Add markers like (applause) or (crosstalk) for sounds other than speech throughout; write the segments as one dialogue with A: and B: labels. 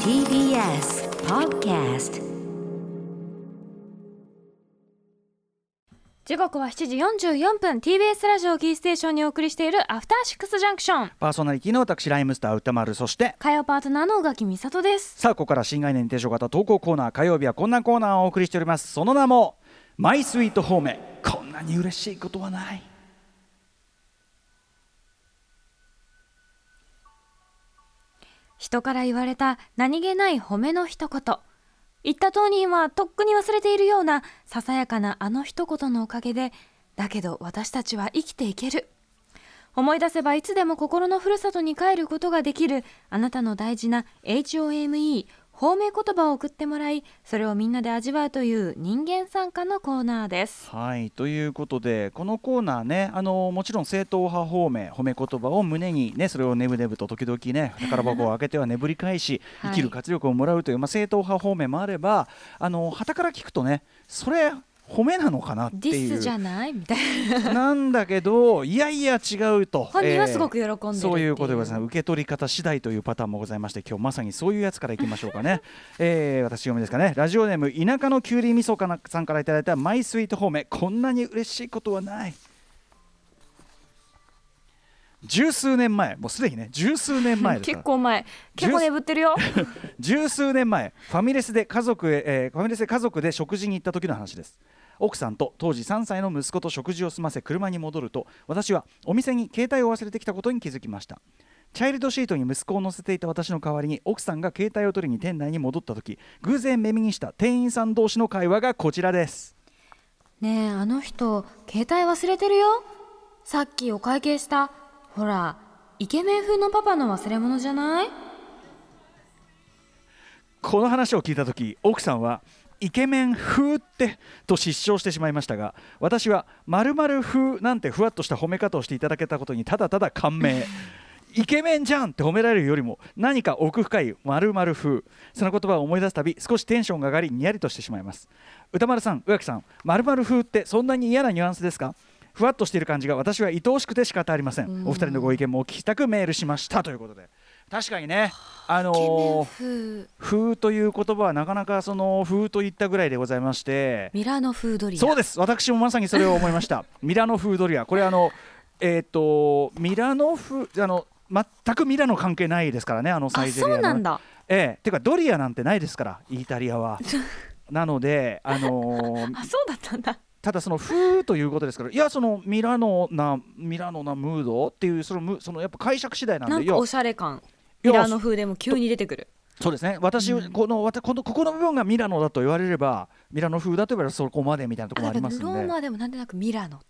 A: TBS Podcast
B: 時刻は7時44分 TBS ラジオキーステーションにお送りしているアフターシックスジャンクション
C: パーソナリティの私ライムスター歌丸そして
B: 火曜パートナーの宇垣美里です
C: さあここから新概念提唱型投稿コーナー火曜日はこんなコーナーをお送りしておりますその名も「マイスイートホームこんなに嬉しいことはない」
B: 人から言われた何気ない褒めの一言言った当人はとっくに忘れているようなささやかなあの一言のおかげでだけど私たちは生きていける思い出せばいつでも心のふるさとに帰ることができるあなたの大事な HOME 褒め言葉を送ってもらいそれをみんなで味わうという人間参加のコーナーです
C: はいということでこのコーナーねあのもちろん正統派方面褒め言葉を胸にねそれをねぶねぶと時々ね宝箱を開け (laughs) ては眠り返し、
B: はい
C: 生きる活力をもらうという、まあ、正統派方面もあればあの傍から聞くとねそれ褒めなのかなって
B: デ
C: い
B: ィ
C: う
B: スじゃないみたいな (laughs)
C: なんだけどいやいや違うと
B: 本人はすごく喜んでるっていう
C: そういうことでございます受け取り方次第というパターンもございまして今日まさにそういうやつからいきましょうかね、 (laughs) えー、私読みですかねラジオネーム田舎のきゅうりみそかなさんからいただいたマイスイート方面こんなに嬉しいことはない十数年前もうすでにね十数年前ですか
B: (laughs)
C: ら
B: 結構前結構眠って
C: (laughs)
B: るよ
C: 十数年前ファミレスで家族へ、えーファミレスで家族で食事に行った時の話です奥さんと当時3歳の息子と食事を済ませ車に戻ると私はお店に携帯を忘れてきたことに気づきましたチャイルドシートに息子を乗せていた私の代わりに奥さんが携帯を取りに店内に戻った時偶然耳にした店員さん同士の会話がこちらです
B: ねえあの人携帯忘れてるよさっきお会計したほらイケメン風のパパの忘れ物じゃない
C: この話を聞いた時奥さんはイケメン風ってと失笑してしまいましたが私は〇〇風なんてふわっとした褒め方をしていただけたことにただただ感銘イケメンじゃんって褒められるよりも何か奥深い〇〇風その言葉を思い出すたび少しテンションが上がりにやりとしてしまいます歌丸さん宇垣さん〇〇風ってそんなに嫌なニュアンスですかふわっとしている感じが私は愛おしくて仕方ありませんお二人のご意見もお聞きしたくメールしましたということで確かにねあの
B: イケメン
C: ー
B: 風
C: 風という言葉はなかなかその風といったぐらいでございまして
B: ミラノ風ドリア
C: そうです私もまさにそれを思いました (laughs) ミラノ風ドリアこれあのえっ、とミラノ風あの全くミラノ関係ないですからねあのサ
B: あ
C: イゼリア
B: そ
C: の
B: うなんだ
C: ええてかドリアなんてないですからイタリ
B: (laughs)
C: アはなのであのー
B: あそうだったんだ
C: ただその風ということですからいやそのミラノなミラノなムードっていうそのむそのやっぱ解釈次第なんで
B: なん
C: いや
B: かおしゃれ感
C: いや
B: ミラノ風でも急に出てくる
C: そうですね私、このわたこのここの部分がミラノだと言われればミラノ風だと言わればそこまでみたいなとこ
B: あ
C: ろも
B: だか
C: あり
B: ら
C: ま
B: ロ
C: すんで
B: ーマでもなんとなくミラノ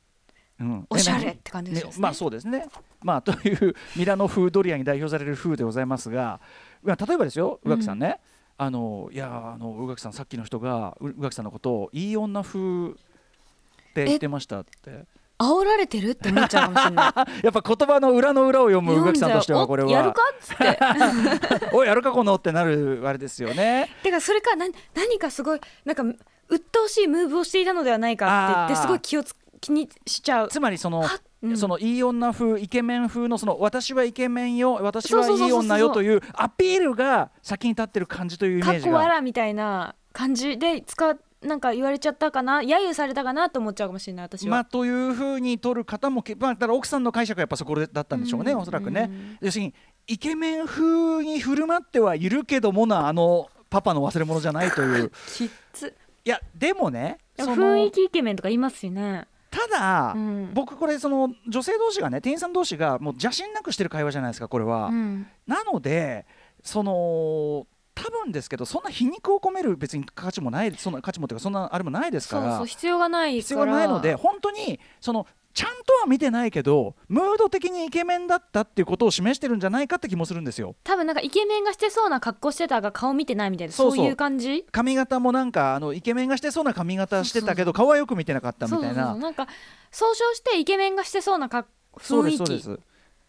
C: うん
B: おしゃれって感じですよね
C: まあそうですね。まあというミラノ風ドリアに代表される風でございますが、まあ、例えばですよ宇垣さんね、あのいやあの宇垣さんさっきの人がう宇垣さんのことをいい女風って言ってましたって
B: 煽られてるって思っちゃうかもしれない
C: (laughs) あやっぱ言葉の裏の裏を読む宇垣さんとしてはこれ
B: 読んじゃうおや
C: は
B: るかっつって
C: 「 (laughs) おいやるかこの」ってなるあれですよね。
B: てかそれか何何かすごいなんか鬱陶しいムーブをしていたのではないかって言っ
C: あー
B: てすごい気をつ気にしちゃう
C: つまりその
B: は、うん
C: そのいい女風イケメン風のその私はイケメンよ私はい
B: そうそうそう
C: い
B: そうそう
C: 女よというアピールが先に立ってる感じというイメ
B: か
C: ー
B: っ
C: ジ
B: こわ
C: が
B: らみたいな感じで使うなんか言われちゃったかな揶揄されたかなと思っちゃうかもしれない私
C: まあ
B: は、
C: というふうに取る方もけまあだから奥さんの解釈はやっぱそこだったんでしょうね
B: うん
C: おそらくね要するにイケメン風に振る舞ってはいるけどもなあのパパの忘れ物じゃない
B: (laughs)
C: という
B: きっつ
C: いやでもね
B: でも
C: その
B: 雰囲気イケメンとか言いますしね
C: ただ、
B: うん
C: 僕これその女性同士がね店員さん同士がもう邪心なくしてる会話じゃないですかこれは。
B: うん
C: なのでその多分ですけどそんな皮肉を込める別に価値もないそんな価値もっていうかそんなあれもないです
B: そ
C: か
B: う
C: ら
B: そう必要がないから
C: 必要がないので本当にそのちゃんとは見てないけどムード的にイケメンだったっていうことを示してるんじゃないかって気もするんですよ。
B: 多分なんかイケメンがしてそうな格好してたが顔見てないみたいな
C: そ
B: そうう
C: そう
B: いう感じ
C: 髪型もなんかあのイケメンがしてそうな髪型してたけど顔はよく見てなかったみ
B: そう
C: た
B: そう
C: い
B: そう
C: な
B: なんか総称してイケメンがしてそうな格
C: そ
B: 雰
C: うです
B: 囲
C: そうで
B: 気
C: す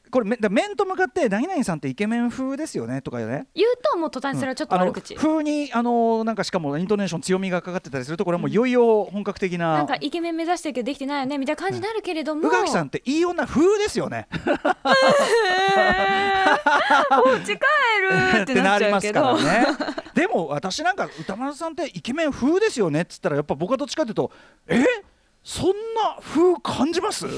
C: これめだ面と向かって「何々さんってイケメン風ですよね」とかね
B: 言うともう途端にそれはちょっと
C: あ
B: 悪
C: の
B: 口、
C: 風にあのなんかしかもイントネーション強みがかかってたりするとこれはもういよいよ本格的な,、
B: なんかイケメン目指してるけどできてないよねみたいな感じになるけれども、
C: 宇垣さんっていい女風ですよね
B: えーお家帰るってなっちゃうけど、
C: ねでも私なんか歌丸さんってイケメン風ですよねっつったらやっぱ僕はどっちかというとえそんな風感じます (laughs)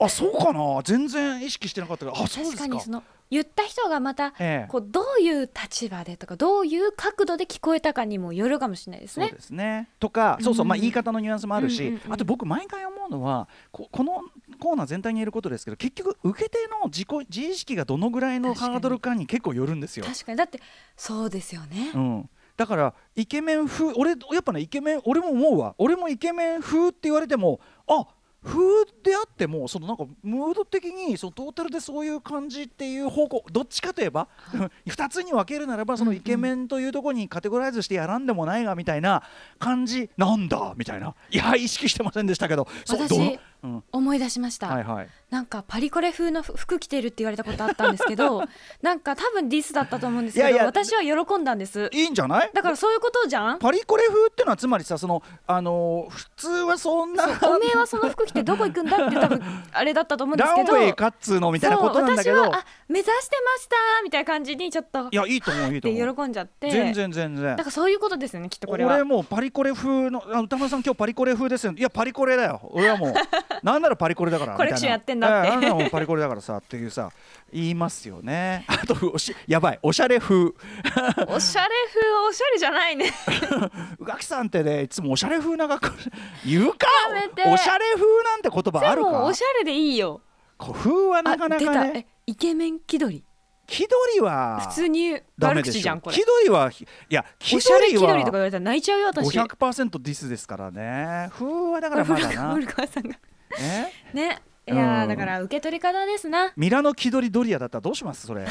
C: あそうかな全然意識してなかったけどあそうです
B: 確
C: か
B: かにその言った人がまた、
C: ええ
B: こうどういう立場でとかどういう角度で聞こえたかにもよるかもしれないです
C: そう
B: ね。
C: ですねとか、そうそう、まあ、
B: うん
C: 言い方のニュアンスもあるし、
B: うんうんうん
C: あと僕毎回思うのはここのコーナー全体に言えることですけど結局受け手の自己自意識がどのぐらいの
B: 確かに
C: ハードルかに結構よるんですよ。
B: 確かにだってそうですよね。
C: うんだからイケメン風俺やっぱねイケメン俺も思うわ俺もイケメン風って言われてもあ風であってもそのなんかムード的にそのトータルでそういう感じっていう方向どっちかといえば (laughs) 2つに分けるならばそのイケメンというところにカテゴライズしてやらんでもないがみたいな感じなんだみたいないや意識してませんでしたけどそうど
B: 私
C: ううん
B: 思い出しました、
C: はいはい
B: なんかパリコレ風の服服着てるって言われたことあったんですけ
C: (laughs)
B: どなんか多分ディスだったと思うんですけど
C: いやいや
B: 私は喜んだんです
C: いいんじゃない
B: だからそういうことじゃん
C: パリコレ風ってのはつまりさそのあのー普通はそんな
B: (laughs) おめえはその服着てどこ行くんだって多分あれだったと思うんです
C: ラン
B: け
C: ウ
B: ど
C: ェイかっつーのみたいなことなんだけ
B: そう
C: ど
B: 私はあ目指してましたみたいな感じにちょっとっ
C: いやいいと思ういいと
B: て
C: 思う
B: 喜んじゃって
C: 全然全然
B: なんかそういうことですよねきっとこれは
C: 俺もうパリコレ風のあ歌丸さん今日パリコレ風ですよいやパリコレだよ俺はも
B: (laughs)
C: うなんならパリコレだからみたいな
B: コレクションやってんだって
C: ええなんならもうパリコレだからさっていうさ言いますよ
B: (laughs)
C: ねあとおしやばいおしゃれ風 (laughs)
B: おしゃれ風はおしゃれじゃないね
C: 宇垣さんってねいつもおしゃれ風な学校言うか
B: やめて
C: おしゃれ風なんて言葉あ
B: で
C: る
B: も
C: か
B: おしゃれでいいよ
C: こう風はなかなか
B: あ出たえ
C: ね
B: イケメン気取り
C: 気取りは
B: 普通に
C: ダ
B: 悪
C: メでしょ
B: 口じゃんこれ
C: 気取りはいや気
B: おしゃれ
C: 取
B: 気
C: り
B: 取りとか言
C: は
B: われたら泣いちゃうよ私
C: 500%ディスですからね風はだからまだ
B: (laughs)
C: な
B: 古川さんが
C: え
B: ねいや
C: う
B: ー
C: ん
B: だから受け取り方ですな
C: ミラノ気取りドリアだったらどうしますそ
B: (laughs)
C: れ、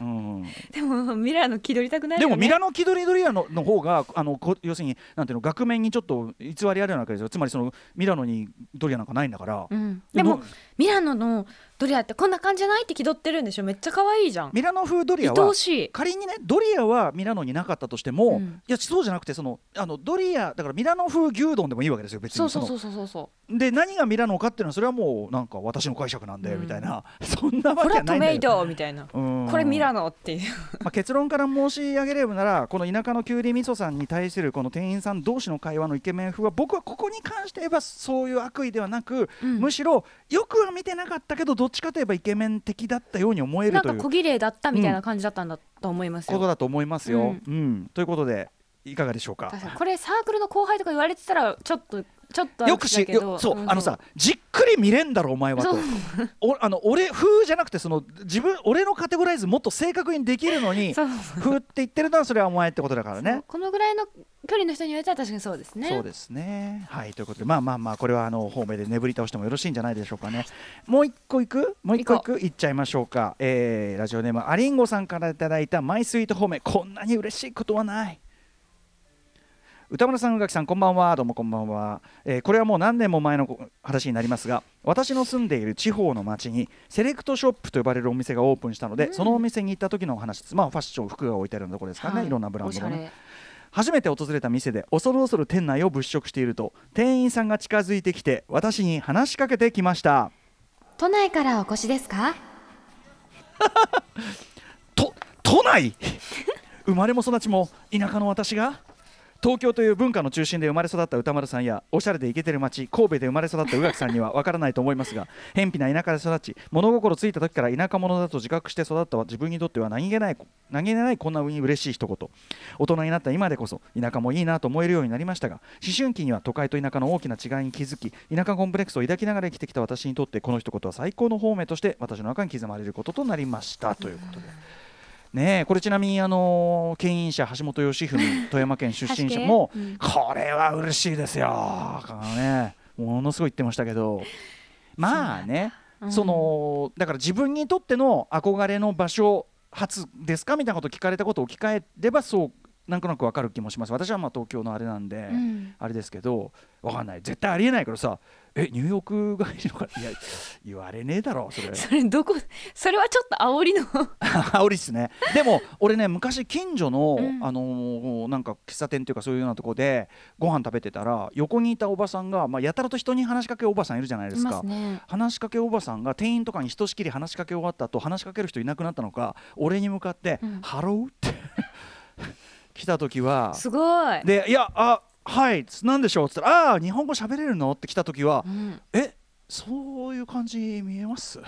C: うん、
B: でもミラーの気取りたくなる
C: で
B: よね
C: もミラノ気取りドリアのの方があのこ要するになんていうの額面にちょっと偽りあるようなわけですよつまりそのミラノにドリアなんかないんだから、
B: うん、でもミラノのドリアってこんな感じじゃないって気取ってるんでしょめっちゃ可愛いじゃん
C: ミラノ風ドリ
B: 愛
C: アは
B: おしい
C: 仮にねドリアはミラノになかったとしても、
B: うん
C: いやそうじゃなくてそのあのドリアだからミラノ風牛丼でもいいわけですよ別に
B: そうそう
C: の
B: そうそうそうそう
C: で何がミラノかっていうのはそれはもうなんか私の解釈なんで、
B: うん
C: みたいなそんなわ
B: これは
C: けはな
B: ト
C: いんだ
B: メ
C: け
B: イ
C: ど
B: トみたいな
C: うん
B: これミラノっていう
C: まあ、結論から申し上げればならこの田舎のきゅうりみそさんに対するこの店員さん同士の会話のイケメン風は僕はここに関して言えばそういう悪意ではなく、
B: うん
C: むしろよくは見てなかったけどどっちかといえばイケメン的だったように思え
B: な
C: る
B: ん
C: と
B: か
C: いう
B: 小
C: こ
B: 綺麗だったみたいな感じだったんだと思いますよ、
C: とだと思いますよ。
B: うん
C: うんということでいかがでしょうか。
B: 確かにこれサークルの後輩とか言われてたらちょっとちょっとあれ
C: よくし
B: だけど
C: よそう、
B: ん
C: あのさじっくり見れんだろお前はと
B: そう
C: おあの俺風じゃなくてその自分俺のカテゴライズもっと正確にできるの
B: (laughs)
C: に
B: そう
C: 風って言ってるのはそれはお前ってことだからね
B: そうこのぐらいの距離の人に言われたら確かにそうですね
C: そうですね。はいということでまあまあまあこれはあの方面で眠り倒してもよろしいんじゃないでしょうかね。もう一個いくもう一個い
B: 行
C: くいっちゃいましょうか、えーラジオネームアリンゴさんからいただいたマイスイート方面こんなに嬉しいことはない。歌村さん、宇垣さん、こんばんは、どうもこんばんは、えーこれはもう何年も前の話になりますが、私の住んでいる地方の町に、セレクトショップと呼ばれるお店がオープンしたので、
B: うん
C: そのお店に行った時のお話です、まあ、ファッション、服が置いてあるようなところですからね、、
B: はい
C: ろんなブラン
B: お
C: ド
B: し
C: が
B: ゃ
C: ね。
B: れ
C: 初めて訪れた店で恐る恐る店内を物色していると店員さんが近づいてきて私に話しかけてきました
B: 都内からお越しですか
C: と都内 (laughs) 生まれも育ちも田舎の私が東京という文化の中心で生まれ育った歌丸さんやおしゃれでイケてる街神戸で生まれ育った宇垣さんには (laughs) わからないと思いますが偏僻な田舎で育ち物心ついた時から田舎者だと自覚して育った自分にとっては何気ない何気ないこんなに嬉しい一言大人になった今でこそ田舎もいいなと思えるようになりましたが思春期には都会と田舎の大きな違いに気づき田舎コンプレックスを抱きながら生きてきた私にとってこの一言は最高の方面として私の中に刻まれることとなりましたということで。ねえこれちなみにあの牽引者橋本義
B: (laughs)
C: 文富山県出身者も、
B: 確
C: これは嬉しいですよ、このね、ものすごい言ってましたけどまあねそ,、
B: うん
C: のだから自分にとっての憧れの場所初ですかみたいなことを聞かれたことを置き換えればそうなんとなくわかる気もします私はまあ東京のあれなんで、
B: うん
C: あれですけどわかんない絶対ありえないからさえニューヨークがいいのかいや言われねえだろそれ
B: それどこそれはちょっと煽りの (laughs)
C: 煽りっすねでも俺ね昔近所の、
B: うん
C: あのーなんか喫茶店というかそういうようなとこでご飯食べてたら横にいたおばさんが、まあ、やたらと人に話しかけるおばさんいるじゃないで
B: い
C: す
B: ま
C: か
B: すね
C: 話しかけおばさんが店員とかにひとしきり話しかけ終わった後話しかける人いなくなったのか俺に向かって「
B: うん
C: ハロー」って
B: (laughs)
C: 来た時は
B: すごい、
C: で「いやあはいつなんでしょう」っつったら「ああー日本語喋れるの?」って来た時は
B: うん、
C: 「えそういう感じ見えます?」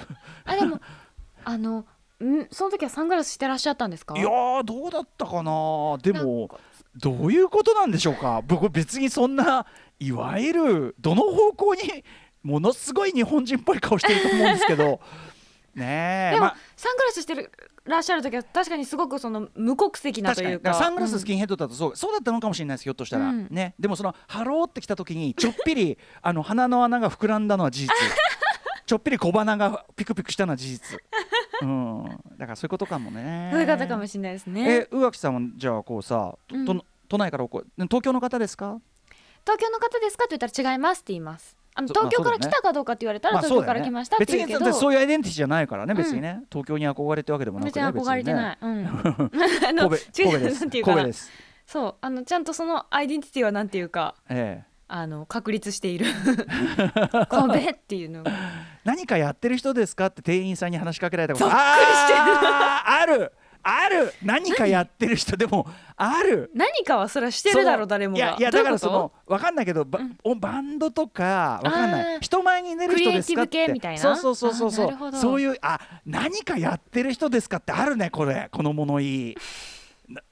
B: あでも (laughs) あのんその時はサングラスしてらっしゃったんですか
C: いやーどうだったかなでもどういうことなんでしょうか僕別にそんないわゆるどの方向にものすごい日本人っぽい顔してると思うんです
B: (laughs)
C: けどねえ
B: でも、
C: まあ
B: サングラスしてるらっしゃる時は確かにすごくその無国籍なと
C: 確か
B: い
C: に
B: うか
C: サングラススキンヘッドだとそう,、そうだったのかもしれないですひょっとしたら、
B: うん
C: ねでもそのハローって来た時にちょっ
B: (laughs)
C: ぴりあの鼻の穴が膨らんだのは事実ちょっぴり小鼻がピクピクしたのは事実、うん、だからそういうことかもね
B: うんそういう方かもしれないですね
C: え宇垣さんはじゃあこうさ、と
B: うん
C: 都都内からおこ東京の方ですか
B: 東京の方ですかって言ったら違いますって言いますあの
C: そうまあ
B: 東京から
C: そうだ
B: 来
C: ね
B: たかどうかって言われたら東
C: そう
B: 京
C: だ
B: か
C: よ
B: ら
C: ね
B: 来ましたって
C: 別
B: 言う
C: に
B: け
C: だ
B: ど、
C: ってそういうアイデンティティじゃないからね別にね、東京に憧れてわけでもなく
B: 別
C: ね
B: に憧れてない、うん、 (laughs) あの
C: 神
B: 違
C: 戸
B: う
C: 神戸です
B: なんてい
C: 神
B: うか
C: 戸
B: な
C: です
B: そうあのちゃんとそのアイデンティティはなんていうか
C: ええ
B: あの確立してい
C: (laughs)
B: る神戸っていうのが
C: 何かやってる人ですかって店員さんに話しかけられたこと
B: そっくりしてる
C: あーあるある何かやってる人でもある
B: 何かはそれはしてるだろ
C: そう
B: 誰もが
C: いやいや
B: どう
C: だ
B: うこ
C: から
B: と
C: そのわかんないけどバ,
B: うん
C: お、バンドとかわかんな
B: あー
C: い人前に出る人ですかっ
B: クリエイティブ
C: て
B: 系みたいな
C: そうそうそ
B: あ
C: うそう
B: ー
C: そ
B: なるほ
C: う
B: ど
C: そういうあ何かやってる人ですかってあるねこれこの物言い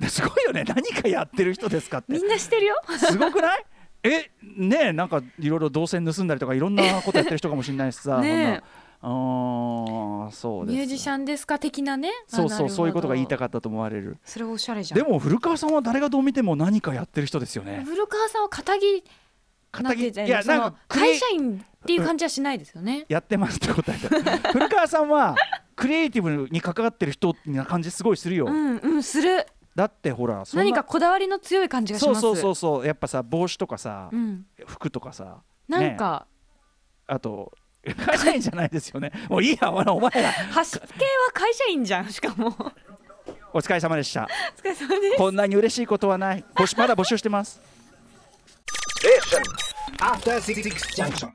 C: なすごいよね何かやってる人ですかって
B: みんなしてるよ
C: すごくないえねえなんかいろいろ動線盗んだりとかいろんなことやってる人かもしれないしさ
B: ねえ
C: そんなあーそうです
B: ミュージシャンですか的なね
C: そうそうそういうことが言いた
B: か
C: かったと思われる
B: それおしゃれじゃん
C: でも古川さんは誰がどう見ても何かやってる人ですよね
B: 古川さんは肩着なんて言ったら
C: い
B: いい
C: や
B: のそ
C: なん
B: の
C: かクリエ
B: 会社員っていう感じはしないですよね、
C: やってますって答え
B: (laughs)
C: た古川さんはクリエイティブに関わってる人な感じすごいするよ、
B: うんうんする
C: だってほらそんな
B: 何かこだわりの強い感じがし
C: そ
B: ま
C: う
B: す
C: そうそうそうやっぱさ帽子とかさ、
B: うん、
C: 服とかさ
B: なんか、
C: あと会社員じゃないですよねもういいやお前お前ら
B: 端系は会社員じゃんしかもお疲
C: お疲れ様でした
B: れ様です
C: こんなに嬉しいことはない募集まだ募集してます
A: After Six Junction.